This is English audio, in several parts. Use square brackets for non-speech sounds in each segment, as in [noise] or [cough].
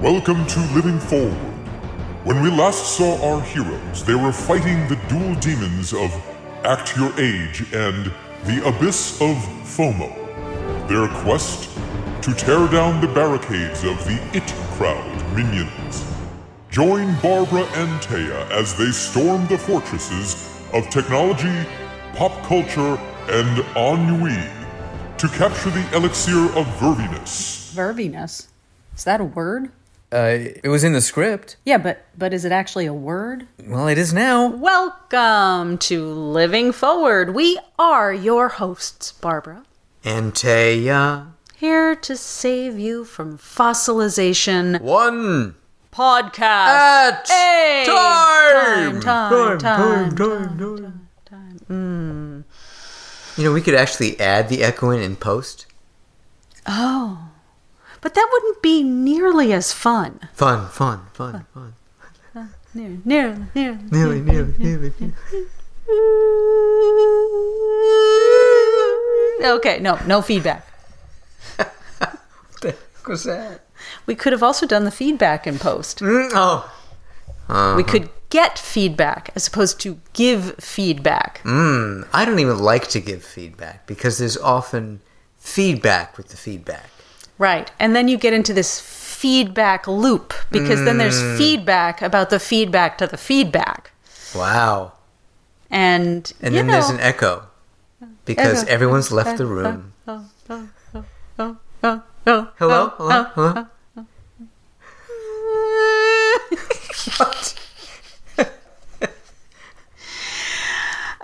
Welcome to Living Forward. When we last saw our heroes, they were fighting the dual demons of Act Your Age and the Abyss of FOMO. Their quest to tear down the barricades of the It Crowd minions. Join Barbara and Taya as they storm the fortresses of technology, pop culture, and ennui to capture the elixir of verviness. Verviness. Is that a word? Uh, it was in the script. Yeah, but but is it actually a word? Well, it is now. Welcome to Living Forward. We are your hosts, Barbara, And Taya. here to save you from fossilization One. podcast. At Hey! Time, time! time, time, time. You know, we could actually add the echo in in post. Oh. But that wouldn't be nearly as fun. Fun, fun, fun, fun. Nearly, nearly, [laughs] nearly. Nearly, nearly, nearly. Okay, no, no feedback. What the heck was that? We could have also done the feedback in post. Mm, oh. We Uh-huh. could get feedback as opposed to give feedback. Mm, I don't even like to give feedback because there's often feedback with the feedback. Right. And then you get into this feedback loop because then there's Mm. feedback about the feedback to the feedback. Wow. And, And you then there's know- an echo because Echo. everyone's left the room. Oh, oh, oh, oh, oh, oh, Hello? oh, Hello? oh. Hello? What?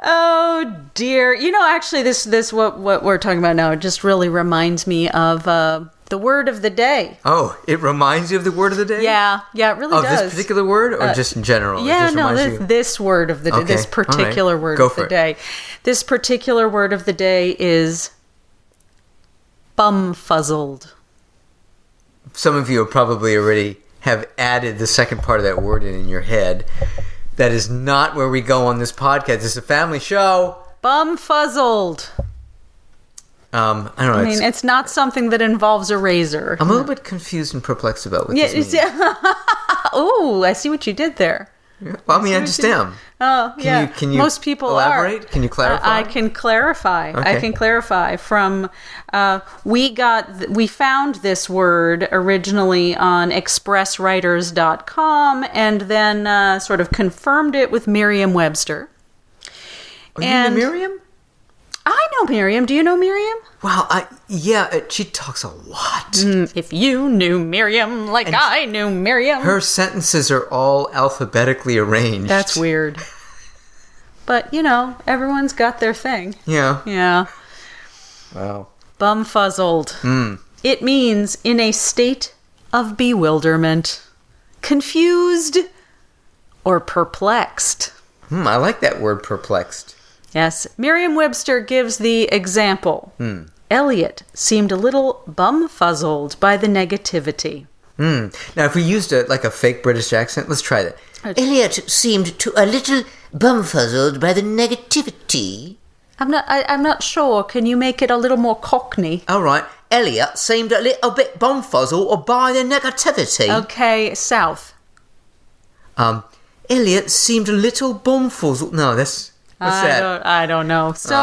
Oh dear. You know, actually this this what what we're talking about now just really reminds me of uh, the word of the day. Oh, it reminds you of the word of the day? Yeah, yeah, it really Of does. Uh, this particular word or just in general? It Yeah, just no, reminds this, you- this word of the day, Okay, this all right. particular word Go of for the it. day, this particular word of the day is bumfuzzled. Some of you probably already have added the second part of that word in, in your head. That is not where we go on this podcast. It's a family show. Bumfuzzled. Um, I don't know. I mean, it's, it's not something that involves a razor. I'm a little bit confused and perplexed about what Yeah, this means. it's- [laughs] Ooh, I see what you did there. Well, I mean, I just am. Oh, Can yeah. you- can you Most people elaborate? Are. Can you clarify? I, I can clarify. I Okay. can clarify. From uh, we got th- we found this word originally on ExpressWriters.com and then uh, sort of confirmed it with Merriam-Webster. Are Oh, you and- into Miriam? I know Miriam. Do you know Miriam? Wow. I, yeah, uh, she talks a lot. If you knew Miriam like I knew Miriam, Her sentences are all alphabetically arranged. that's [laughs] weird. But you know, everyone's got their thing. Yeah. Yeah. Wow. Bumfuzzled. Hmm. It means in a state of bewilderment, confused, or perplexed. Hmm, I like that word perplexed. Yes, Merriam Webster gives the example. Hmm. Elliot seemed a little bumfuzzled by the negativity. Hmm. Now, if we used a, like a fake British accent, let's try that. Elliot seemed to a little bumfuzzled by the negativity. I'm not. I, I'm not sure. Can you make it a little more Cockney? All right, Elliot seemed a little bit bumfuzzled by the negativity. Okay, South. um, Elliot seemed a little bumfuzzled. No, that's what's I that? Oh. don't. I don't know. So,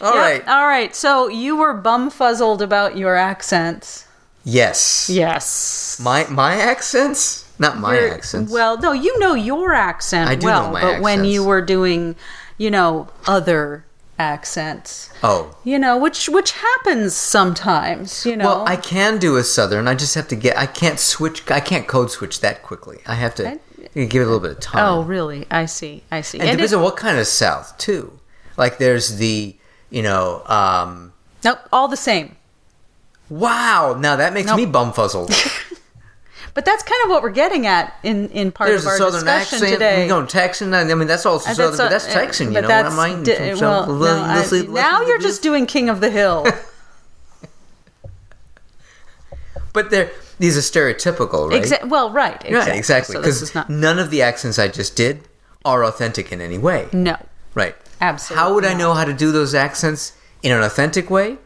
All yeah, right. all right. So you were bumfuzzled about your accents. Yes, Yes. my my accents, not my your- accents. Well, no, you know your accent I do well, know my but when accents. you were doing, you know, other accents, oh, you know, which which happens sometimes, you know. well, I can do a southern. I just have to get. I can't switch. I can't code switch that quickly. I have to give it a little bit of time. oh, really? I see. I see. and, And depends it- on what kind of south too. Like there's the you know, um, nope, all the same. wow. Now that makes Nope. [laughs] me bumfuzzled. But that's kind of what we're getting at in in part There's of a our southern discussion accent. today. You know, Texan. I mean, that's also Uh, southern, but that's uh, Texan. You but know, that's what am I? di- from well, South- no, I- this- this- now this- you're just doing King of the [laughs] Hill. But they're these are stereotypical, right? Exa- well, right. Exactly. Right, exactly. So this Because is not. none of the accents I just did are authentic in any way. No. Right. Absolutely How would I not. know how to do those accents in an authentic way?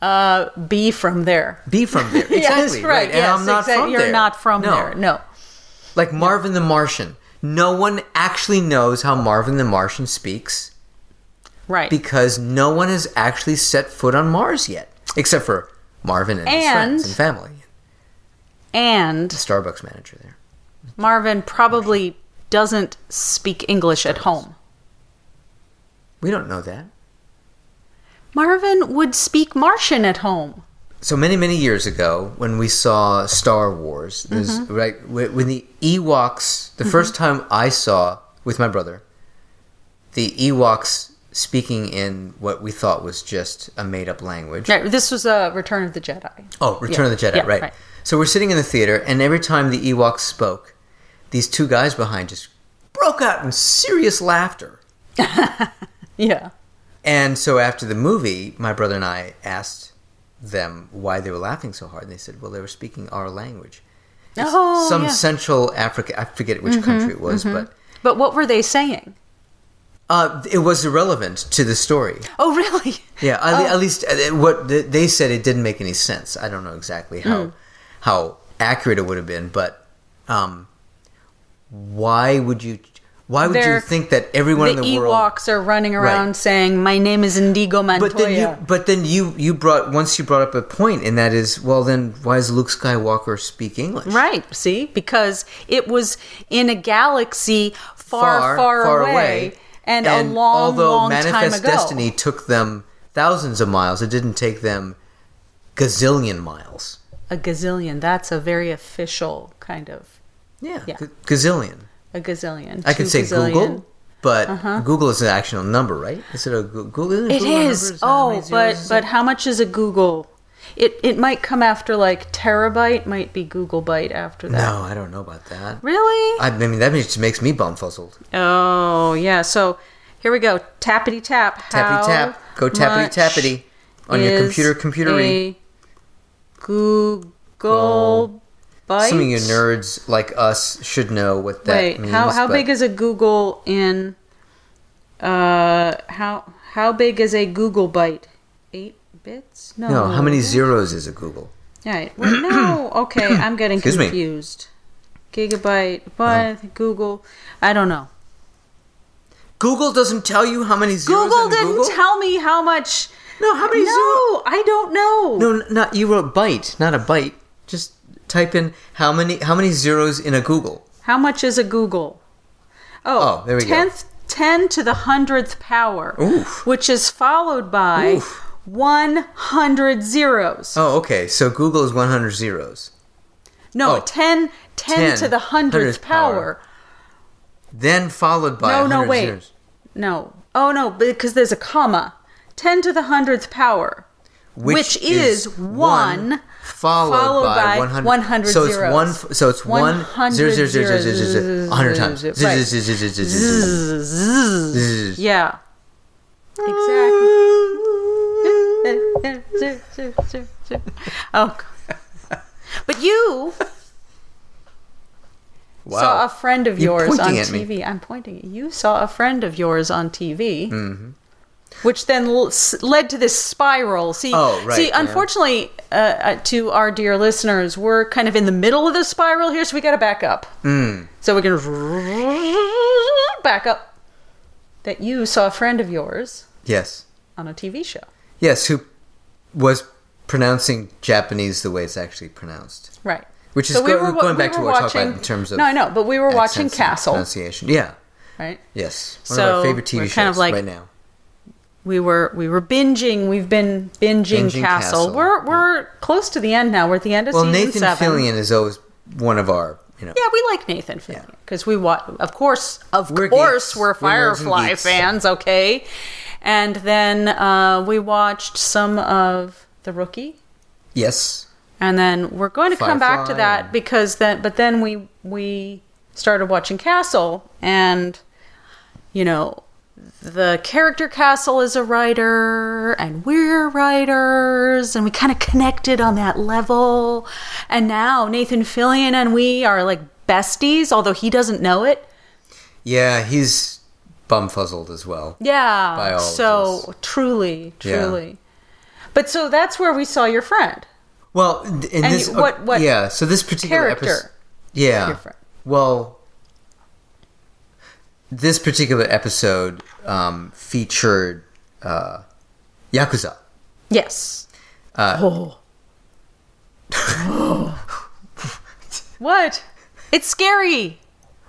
uh, be from there. Be from there. Exactly. [laughs] Yes, right. And Yes, I'm not exact- from You're there. not from there. No. Like Marvin the Martian. No one actually knows how Marvin the Martian speaks Right. because no one has actually set foot on Mars yet, except for Marvin and, his And- friends and family. and Starbucks manager there. Marvin probably doesn't speak English at home. We don't know that. Marvin would speak Martian at home. So many many years ago, when we saw Star Wars, there's right wh- when the Ewoks, the first time I saw with my brother, the Ewoks speaking in what we thought was just a made up language. Right, This was a Return of the Jedi. Oh, Return Yeah. of the Jedi, Yeah, right. right. So we're sitting in the theater, and every time the Ewoks spoke, these two guys behind just broke out in serious laughter. Yeah. And so after the movie, my brother and I asked them why they were laughing so hard, and they said, "Well, they were speaking our language." It's Oh, some yeah. Mm-hmm, Central Africa—I forget which country it was—but But what were they saying? uh, it was irrelevant to the story. Oh, really? Yeah, at, Oh. le- at least uh, what th- they said it didn't make any sense. I don't know exactly how Hmm. how accurate it would have been, but um, why would you? Why would you They're- think that everyone The in the world? Ewoks are running around Right. saying, "My name is Indigo Montoya." But then you, but then you, you brought once you brought up a point, and that is, well, then why does Luke Skywalker speak English? Right. See, because it was in a galaxy far, far, away, and, a long, although long Manifest time ago. Destiny took them thousands of miles, it didn't take them gazillion miles. a gazillion. That's a very official kind of Yeah, Yeah. g- gazillion. a gazillion. I could Two say gazillion. Uh-huh. Google, but Google is an actual number, right? Is it a Goo- Google? isn't It Google a number? is. Is that how many Oh, but zeros but is how much is a Google? It it might come after like terabyte. Might be Google byte after it? that. No, I don't know about that. Really? I mean, that just makes me bumfuzzled. oh yeah. So here we go. Tappity tap. Tappity tap, go tappity tappity on your computer, computery. Google byte. Some of you nerds like us should know what that Wait, means. how how but big is a Google in? Uh, how how big is a Google byte? Eight bits? No. no? How many zeros is a Google? Right. Well, [clears throat] no. Okay, I'm getting Excuse me. Oh. confused. Gigabyte, but Google. I don't know. Google doesn't tell you how many zeros. Google in didn't Google? tell me how much. No, how No, many zeros? I don't know. No, n- not you wrote byte, not a byte. Just type in how many how many zeros in a Google. How much is a Google? Oh, there we go. tenth, Ten to the hundredth power, Oof. which is followed by Oof. one hundred zeros. Oh, okay. So Google is 100 zeros. No, Oh. ten, ten 10, 10 to the hundredth hundredth power. power. Then followed by No, no, 100 wait. zeros. No. Oh, no, because there's a comma. 10 to the hundredth power. Which is one followed, followed by by 100, 100 so it's zeros. one f- so it's 1 zero, zero, zero, zero, zero, zero, 100 times Right. Zero, zero, zero, zero, zero, zero, zero. Zzz. Yeah. [laughs] Exactly. Oh. God. But you saw a friend of You're yours on pointing at me. TV. I'm pointing. at you. You saw a friend of yours on TV, Mm-hmm. which then l- s- led to this spiral. See, Oh, right, see, yeah. unfortunately, uh, uh, to our dear listeners, we're kind of in the middle of the spiral here, so we got to back up. Mm. So we're gonna back up. That you saw a friend of yours Yes. on a TV show, Yes, who was pronouncing Japanese the way it's actually pronounced. right? Which is So we go- were wa- going we back to were what I talked watching- about in terms of No, I know, but we were watching accents and Castle, Pronunciation. Yeah. right? Yes. One of So our favorite TV we're shows kind of like- right now. we were we were binging. We've been binging, Binging Castle. Castle, We're we're close to the end now. We're at the end of Well, season Nathan seven. Fillion is always one of our, you know, Yeah, we like Nathan Fillion Yeah. because we watch. Of course, of We're course, geeks. we're We're nerds and Firefly geeks. fans. Okay, and then uh, we watched some of The Rookie, yes, and then we're going to come back to Firefly that and- because then. But then we we started watching Castle, and you know. The character Castle is a writer, and we're writers, and we kind of connected on that level. And now Nathan Fillion and we are like besties, although he doesn't know it. Yeah, he's bumfuzzled as well. Yeah. By all of so this. truly, Yeah. truly. But so that's where we saw your friend. Well, in in And this uh, you- what- what yeah, so this particular character episode, yeah. your friend? Well, this particular episode um, featured uh, Yakuza. Yes. oh. Oh. [laughs] what? It's scary.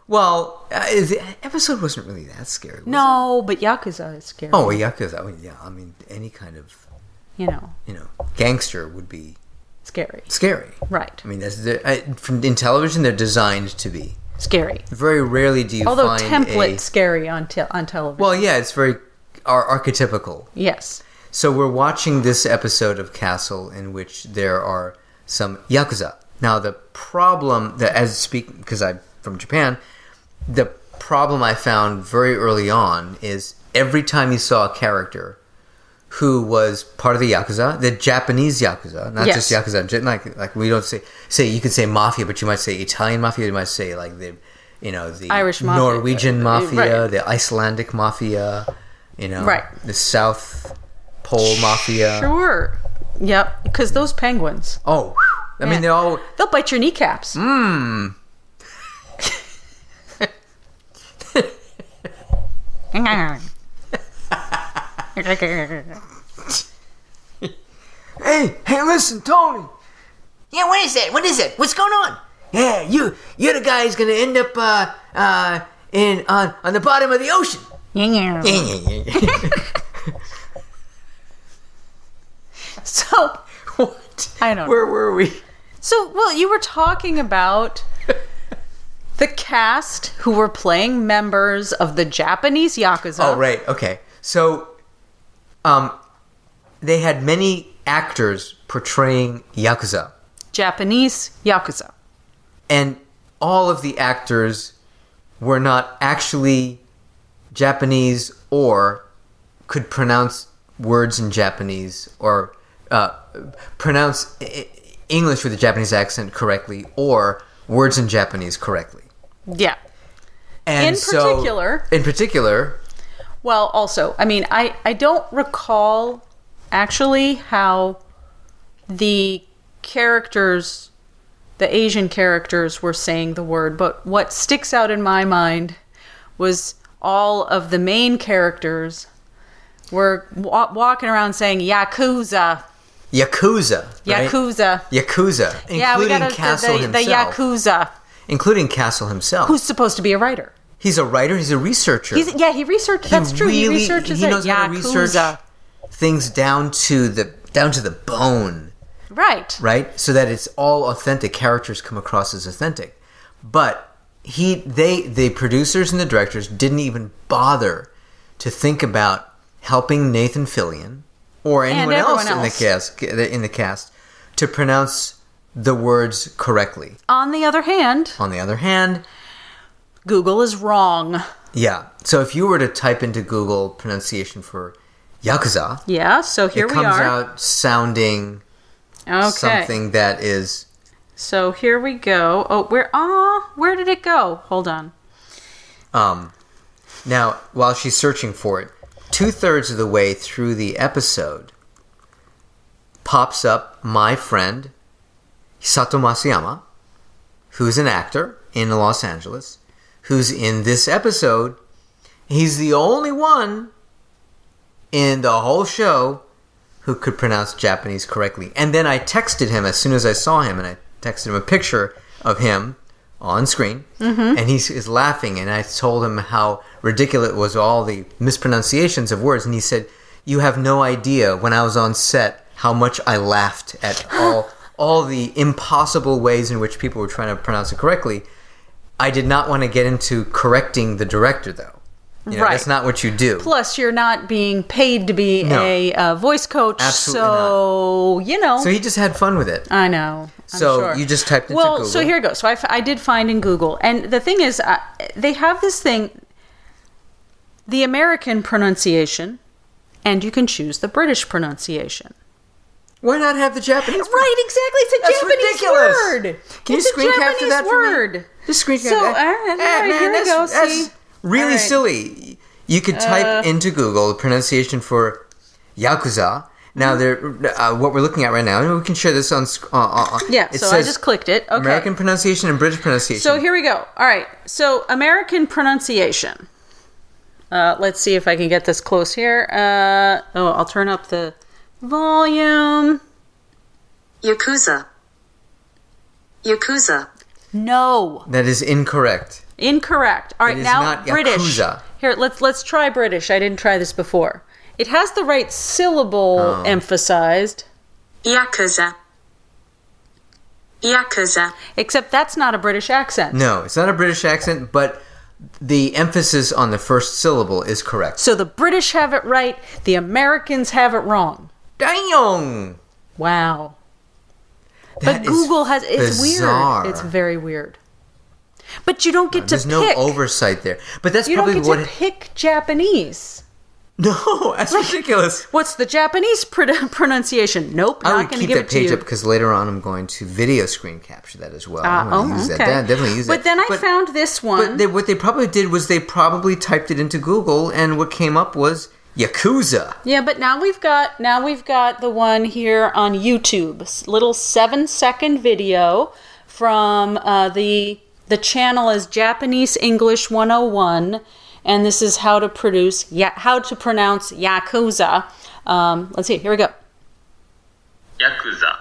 Well, uh, the episode wasn't really that scary. was it? No, but Yakuza is scary. Oh, Yakuza. I mean, yeah. I mean, any kind of You know, you know gangster would be scary. scary. Right. I mean, that's they're- I, from in television they're designed to be. Scary. Very rarely do you Although find template a scary on, te- on television. well, yeah, it's very ar- archetypical. yes. So we're watching this episode of Castle in which there are some yakuza. Now the problem that as speak because I'm from Japan, the problem I found very early on is every time you saw a character who was part of the yakuza, the Japanese yakuza, not just Yes. yakuza, j- like like we don't say say you could say mafia, but you might say Italian mafia, you might say like the you know the Irish mafia. Uh, Norwegian Right. mafia, the Icelandic mafia, you know, Right. The South Pole mafia. Sure. Yep. Because those penguins, Oh, whew. I Yeah. mean, they're all they'll bite your kneecaps. Hmm. [laughs] Hey, hey, listen, Tony. Yeah, what is that? What is it? What's going on? Yeah, you, you're the guy who's gonna end up uh, uh, in on on the bottom of the ocean. [laughs] So [laughs] what? I don't know. Where were we? So, well, you were talking [laughs] about the cast who were playing members of the Japanese Yakuza. Oh, right. Okay. So, um, they had many actors portraying yakuza, Japanese Yakuza. and all of the actors were not actually Japanese or could pronounce words in Japanese or uh, pronounce I- I- English with a Japanese accent correctly or words in Japanese correctly. Yeah. And In so- particular- in particular, Well, also, I mean, I, I don't recall actually how the characters, the Asian characters, were saying the word, but what sticks out in my mind was all of the main characters were wa- walking around saying Yakuza, yakuza, right? Yakuza. yakuza, including Yeah, we got Castle the, the, the himself, Yakuza, including Castle himself. who's supposed to be a writer. he's a writer. He's a researcher. He's, yeah, he researched. He that's true. really- he researches he it. knows Yakuza. how to research things down to the down to the bone, Right. right? So that it's all authentic. Characters come across as authentic, but he they the producers and the directors didn't even bother to think about helping Nathan Fillion or anyone everyone else, in the else. cast in the cast to pronounce the words correctly. On the other hand, On the other hand, Google is wrong. yeah. So if you were to type into Google pronunciation for yakuza, Yeah. So here it we comes are. out sounding okay. something that is So here we go. Oh, where? Ah, where did it go? Hold on. um now while she's searching for it two-thirds of the way through the episode pops up my friend Sato Masayama who's an actor in Los Angeles who's in this episode he's the only one in the whole show who could pronounce Japanese correctly. And then I texted him as soon as I saw him, and I texted him a picture of him on screen, and he is laughing. And I told him how ridiculous was all the mispronunciations of words, and he said, "You have no idea when I was on set how much I laughed at all." All the impossible ways in which people were trying to pronounce it correctly. I did not want to get into correcting the director, though. You know, Right. That's not what you do. Plus, you're not being paid to be No. a uh, voice coach, Absolutely so you know. So he just had fun with it. I know. I'm So sure. you just typed into well, so Google. here it goes. So I, f- I did find in Google, and the thing is, uh, they have this thing, the American pronunciation, and you can choose the British pronunciation. Why not have the Japanese? Right, exactly. It's a That's Japanese ridiculous. word. Can it's you screen a Japanese capture that word. for me? Just screen So, capture. Eh, all right, all right, here we that's, go, That's see? All really right. Uh. silly. You could type into Google the pronunciation for yakuza. Now, Mm-hmm. they're, uh, what we're looking at right now, and we can share this on. sc- Uh, uh, Yeah, so I just clicked it. Okay. American pronunciation and British pronunciation. So here we go. All right. So American pronunciation. Uh, let's see if I can get this close here. Uh, oh, I'll turn up the volume. Yakuza. Yakuza. No, that is incorrect. incorrect. All right, It is now not British. Yakuza. Here, let's let's try British. I didn't try this before. It has the right syllable Oh. emphasized, Yakuza. Yakuza. except that's not a British accent. No, it's not a British accent, but the emphasis on the first syllable is correct. So the British have it right. The Americans have it wrong. Dang! Wow. That but is Google has it's bizarre. Uh, weird. It's very weird. But you don't get to There's pick. no oversight there. But that's you don't probably get what. to pick Japanese. [laughs] no, that's ridiculous. What's the Japanese [laughs] pr- pronunciation? Nope, I not would going to keep give that it to page you. up because later on I'm going to video screen capture that as well. Ah, I'm gonna oh, use that. okay. Yeah, definitely use But that. then I found this one. But they, what they probably did was they probably typed it into Google, and what came up was Yakuza. yeah, but now we've got now we've got the one here on YouTube, s- little seven second video from uh, the the channel is Japanese English 101, and this is how to produce ya- how to pronounce yakuza. Um, let's see, here we go. Yakuza.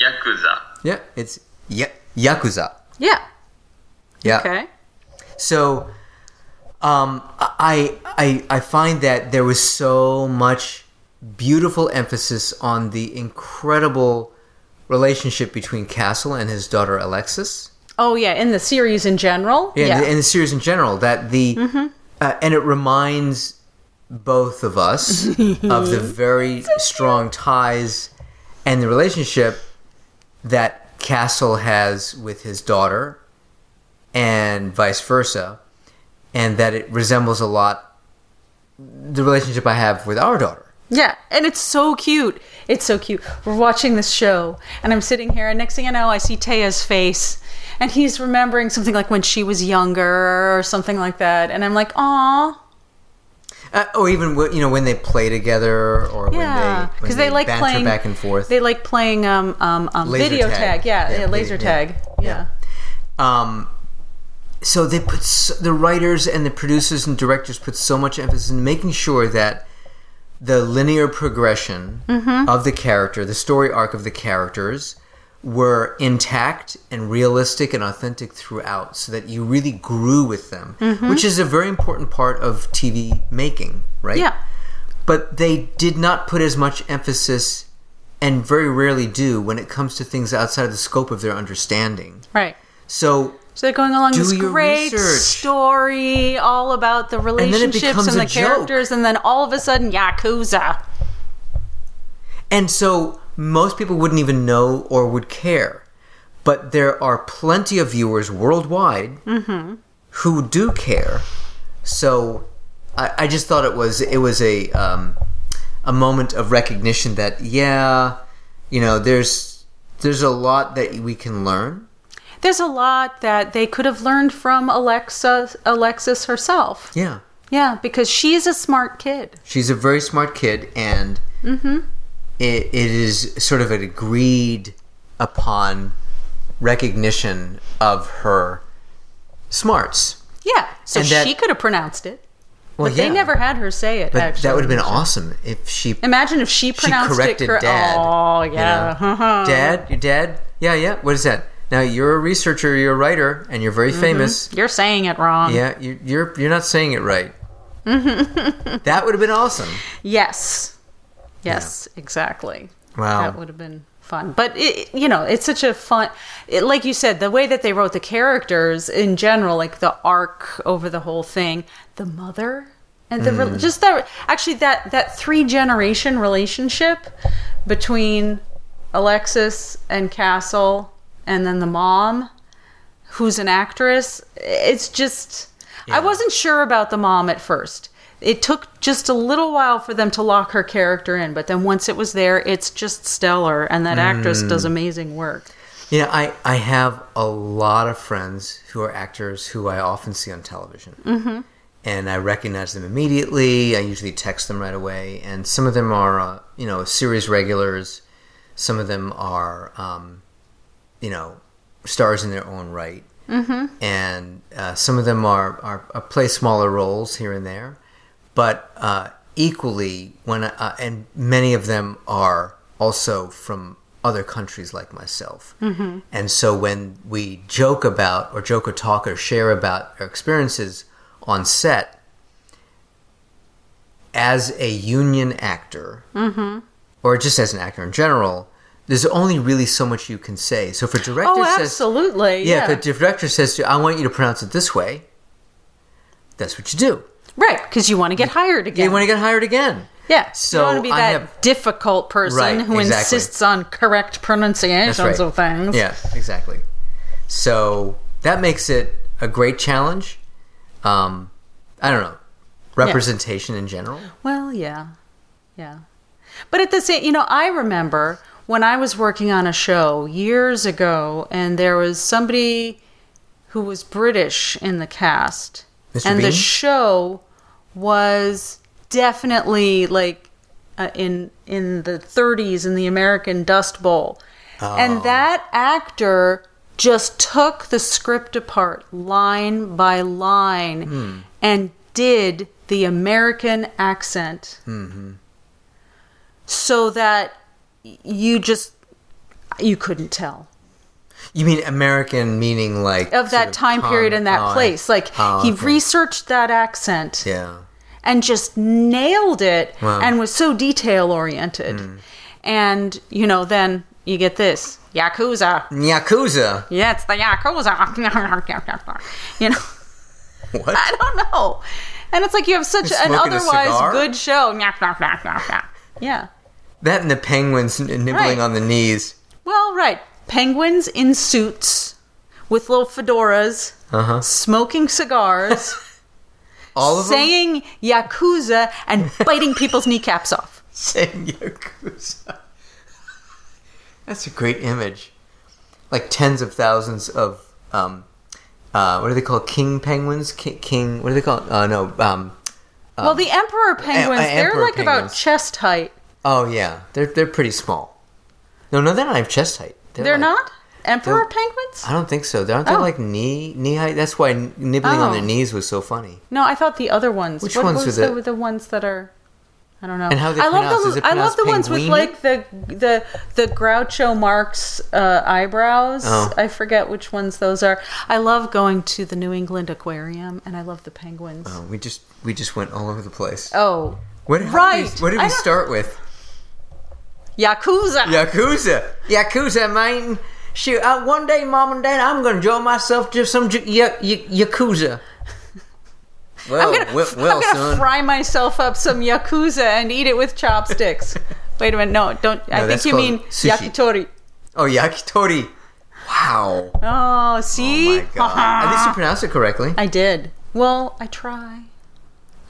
Yakuza. Yeah, it's ya- Yakuza. Yeah. Yeah. Okay. So, um, I I I find that there was so much beautiful emphasis on the incredible relationship between Castle and his daughter Alexis, Oh yeah, in the series in general. and, Yeah. Mm-hmm. the, and the series in general. That the uh, and it reminds both [laughs] of us of the very strong ties and the relationship that Castle has with his daughter and vice versa, and that it resembles a lot the relationship I have with our daughter. yeah. And it's so cute. It's so cute. We're watching this show and I'm sitting here and next thing I know I see Taya's face and he's remembering something like when she was younger or something like that. And I'm like, aw. Uh, or even wh- you know when they play together, Yeah. or when they when Because they, like banter playing back and forth. They like playing um um, um Laser video tag. tag. Yeah, Yeah, yeah, laser video- tag. Yeah. um, so they put s the writers and the producers and directors put so much emphasis in making sure that the linear progression of the character, the story arc of the characters, were intact and realistic and authentic throughout, so that you really grew with them, which is a very important part of TV making, right? Yeah. But they did not put as much emphasis, and very rarely do, when it comes to things outside of the scope of their understanding. Right. So So they're going along Do this your great research. story all about the then it relationships becomes and, a the joke. characters, and then all of a sudden, Yakuza. And so most people wouldn't even know or would care. But there are plenty of viewers worldwide who do care. So I, I just thought it was it was a um, a moment of recognition that yeah, you know, there's there's a lot that we can learn. There's a lot that they could have learned from Alexa, Alexis herself. Yeah, Yeah, because she's a smart kid. she's a very smart kid, and Mm-hmm. it, it is sort of an agreed upon recognition of her smarts. Yeah, so And that- she could have pronounced it. Well, but they never had her say it. But actually, that would have been awesome if she. Imagine if she She pronounced it. corrected Cor- dad. Oh you know. yeah, [laughs] dad, your dad. Yeah, yeah. What is that? Now you're a researcher, you're a writer, and you're Mm-hmm. very famous. you're saying it wrong. Yeah, you, you're you're not saying it right. Mm-hmm. [laughs] that would have been awesome. Yes, yes, exactly. Wow. That would have been fun. But it, you know, it's such a fun it, like you said, the way that they wrote the characters in general, like the arc over the whole thing, the mother and the rel just that actually that that three generation relationship between Alexis and Castle and then the mom who's an actress. It's just I wasn't sure about the mom at first. It took just a little while for them to lock her character in, but then once it was there, it's just stellar and that actress Mm. does amazing work. You know, I, I have a lot of friends who are actors who I often see on television. Mm-hmm. and I recognize them immediately. I usually text them right away, and some of them are, uh, you know, series regulars. Some of them are, um, you know, stars in their own right, mm-hmm. and uh, some of them are, are, are play smaller roles here and there, but uh, equally when I, uh, and many of them are also from other countries like myself. Mm-hmm. And so when we joke about or joke or talk or share about our experiences on set, as a union actor, Mm-hmm. or just as an actor in general, there's only really so much you can say. So if a director Oh, says, absolutely. yeah, Yeah. if a director says to you, I want you to pronounce it this way, that's what you do. right, because you want to get hired again. You want to get hired again. yeah. So you want to be I that have- difficult person Right, who exactly. insists on correct pronunciations That's right. of things. Yeah, exactly. So that makes it a great challenge. Um, I don't know representation in general. Well, yeah. Yeah. But at the same, you know, I remember when I was working on a show years ago and there was somebody who was British in the cast. Mr. And the Bean? show was definitely like uh, in in the 30s in the American Dust Bowl. And that actor just took the script apart line by line and did the American accent so that y- you just you couldn't tell You mean American meaning like of sort that time period tongue- and that oh, I- place like oh, he okay. researched that accent Yeah, and just nailed it Wow. Hmm. and was so detail oriented and you know then you get this Hmm. yakuza yakuza. yeah it's the yakuza [laughs] you know [laughs] What? I don't know. And it's like you have such You're an smoking a otherwise cigar? good show. Yeah. That and the penguins n- nibbling Right. on the knees. Well, right. Penguins in suits with little fedoras, Uh huh. smoking cigars, [laughs] All of saying yakuza and biting people's kneecaps off. them saying yakuza. That's a great image. Like tens of thousands of um, uh, what are they called? King penguins? King? king what are they called? Uh, no. Um, well, the emperor penguins, they're emperor like about penguins. chest height. Oh yeah, they're they're pretty small. No, no, they're not even chest height. They're like- not? Emperor they're- penguins? I don't think so. Aren't they Oh. like knee knee height? That's why n- nibbling Oh. on their knees was so funny. No, I thought the other ones. Which what ones was are the, the- the ones that are? I don't know. And how they I love pronounce- the is it I love pronounced the ones with pinguini? like the the the Groucho Marx uh, eyebrows. Oh. I forget which ones those are. I love going to the New England Aquarium, and I love the penguins. Oh, we just we just went all over the place. Oh, what did right. We, what did I we don't- start with? Yakuza. Yakuza, yakuza, man. Shoot, uh, one day, mom and dad, I'm gonna join myself to some j- y- [laughs] yakuza. Well, I'm gonna, well, well, I'm gonna son. fry myself up some yakuza and eat it with [laughs] chopsticks. Wait a minute, no, don't. I think that's you called mean sushi. yakitori. oh, yakitori. Wow. Oh Oh, see, my god. At least you pronounced it correctly. I did. Well, I try.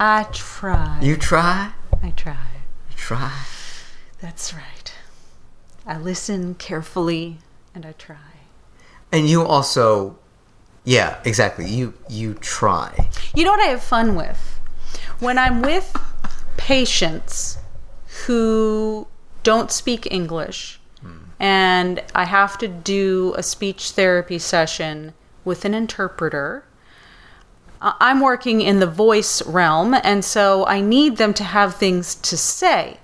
I try. You try, I try. try. That's right. I listen carefully and I try. And you also, yeah, exactly. You you try. You know what I have fun with? When I'm with patients who don't speak English and I have to do a speech therapy session with an interpreter. I- I'm working in the voice realm, and so I need them to have things to say.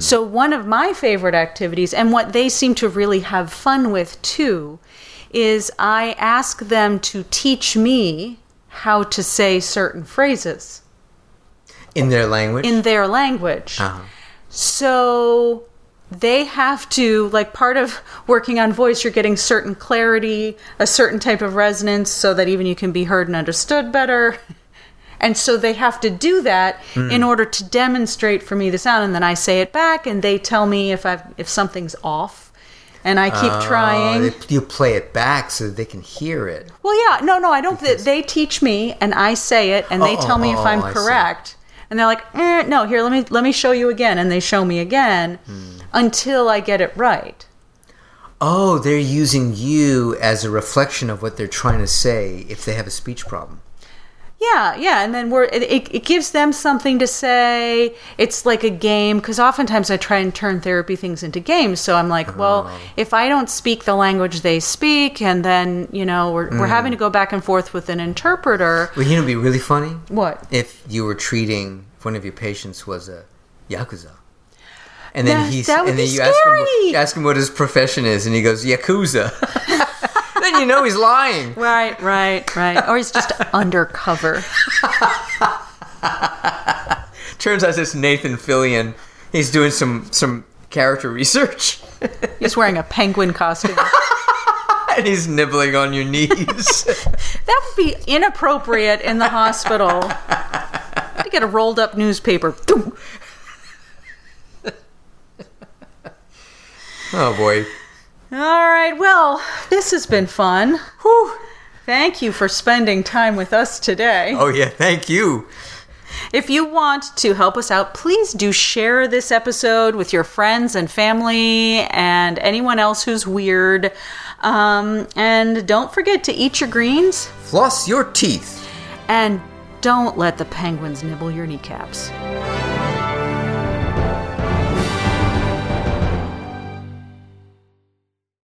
So, one of my favorite activities, and what they seem to really have fun with too, is I ask them to teach me how to say certain phrases in their language. Uh-huh. in their language. So they have to like part of working on voice you're getting certain clarity, a certain type of resonance so that even you can be heard and understood better. [laughs] And so they have to do that Hmm. in order to demonstrate for me the sound and then I say it back and they tell me if I if something's off and I keep Uh, trying. they- you play it back so that they can hear it. Well, yeah, no, no, I don't. They, they teach me, and I say it, and they Oh, tell me if oh, I'm I see. correct. And they're like, eh, "No, here, let me let me show you again," and they show me again Hmm. until I get it right. Oh, they're using you as a reflection of what they're trying to say if they have a speech problem. Yeah, yeah, and then we're it, it, it gives them something to say. It's like a game because oftentimes I try and turn therapy things into games. So I'm like, well, Oh. if I don't speak the language they speak, and then you know we're, we're having Hmm. to go back and forth with an interpreter. Well, you know, it'd be really funny What? if you were treating if one of your patients was a yakuza, and then That- he's that would and then be you ask him scary. you ask him what his profession is, and he goes yakuza. [laughs] then you know he's lying. Right, right, right. Or he's [laughs] just undercover. Turns out it's Nathan Fillion. He's doing some some character research, [laughs] He's wearing a penguin costume. and he's nibbling on [laughs] your knees. That would be inappropriate in the hospital. To get a rolled up newspaper. Thump. oh boy. All right, well, this has been fun. Whew. Thank you for spending time with us today. Oh yeah. Thank you. If you want to help us out, please do share this episode with your friends and family and anyone else who's weird. Um, and don't forget to eat your greens Floss your teeth. and don't let the penguins nibble your kneecaps.